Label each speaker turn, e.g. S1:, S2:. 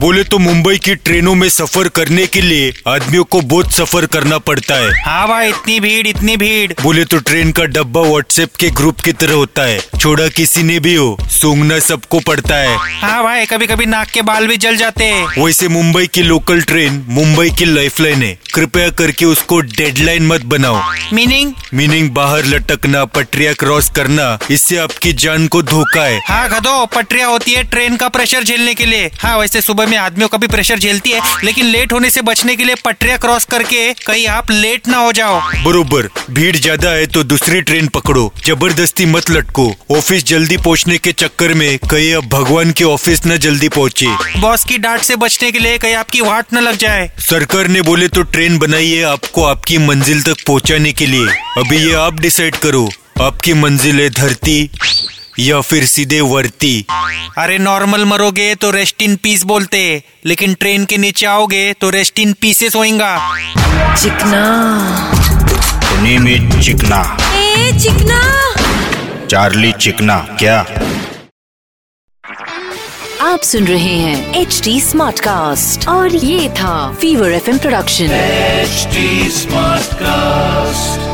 S1: बोले तो मुंबई की ट्रेनों में सफर करने के लिए आदमियों को बहुत सफर करना पड़ता है
S2: हाँ भाई इतनी भीड़ इतनी भीड़
S1: बोले तो ट्रेन का डब्बा व्हाट्सएप के ग्रुप की तरह होता है छोड़ा किसी ने भी हो सूंघना सबको पड़ता है
S2: हाँ भाई कभी कभी नाक के बाल भी जल जाते हैं
S1: वैसे मुंबई की लोकल ट्रेन मुंबई की लाइफलाइन है कृपया करके उसको डेडलाइन मत बनाओ
S2: मीनिंग
S1: मीनिंग बाहर लटकना पटरिया क्रॉस करना इससे आपकी जान को धोखा है
S2: हाँ गधो पटरिया होती है ट्रेन का प्रेशर झेलने के लिए हाँ वैसे सुबह में आदमियों का भी प्रेशर झेलती है लेकिन लेट होने से बचने के लिए पटरिया क्रॉस करके कहीं आप लेट ना हो जाओ
S1: बरोबर भीड़ ज्यादा है तो दूसरी ट्रेन पकड़ो जबरदस्ती मत लटको ऑफिस जल्दी पहुंचने के चक्कर में कहीं अब भगवान के ऑफिस न जल्दी पहुंचे
S2: बॉस की डांट से बचने के लिए कहीं आपकी वाट न लग जाए
S1: सरकार ने बोले तो ट्रेन बनाई है आपको आपकी मंजिल तक पहुंचाने के लिए अभी ये आप डिसाइड करो आपकी मंजिल है धरती या फिर सीधे वर्ती
S2: अरे नॉर्मल मरोगे तो रेस्ट इन पीस बोलते हैं, लेकिन ट्रेन के नीचे आओगे तो रेस्ट इन पीसेस होएगा
S3: Chikna
S4: the name is Chikna
S3: a Chikna
S4: Charlie Chikna क्या
S3: आप सुन रहे हैं एच डी स्मार्ट कास्ट और ये था Fever F production
S5: HD Smartcast.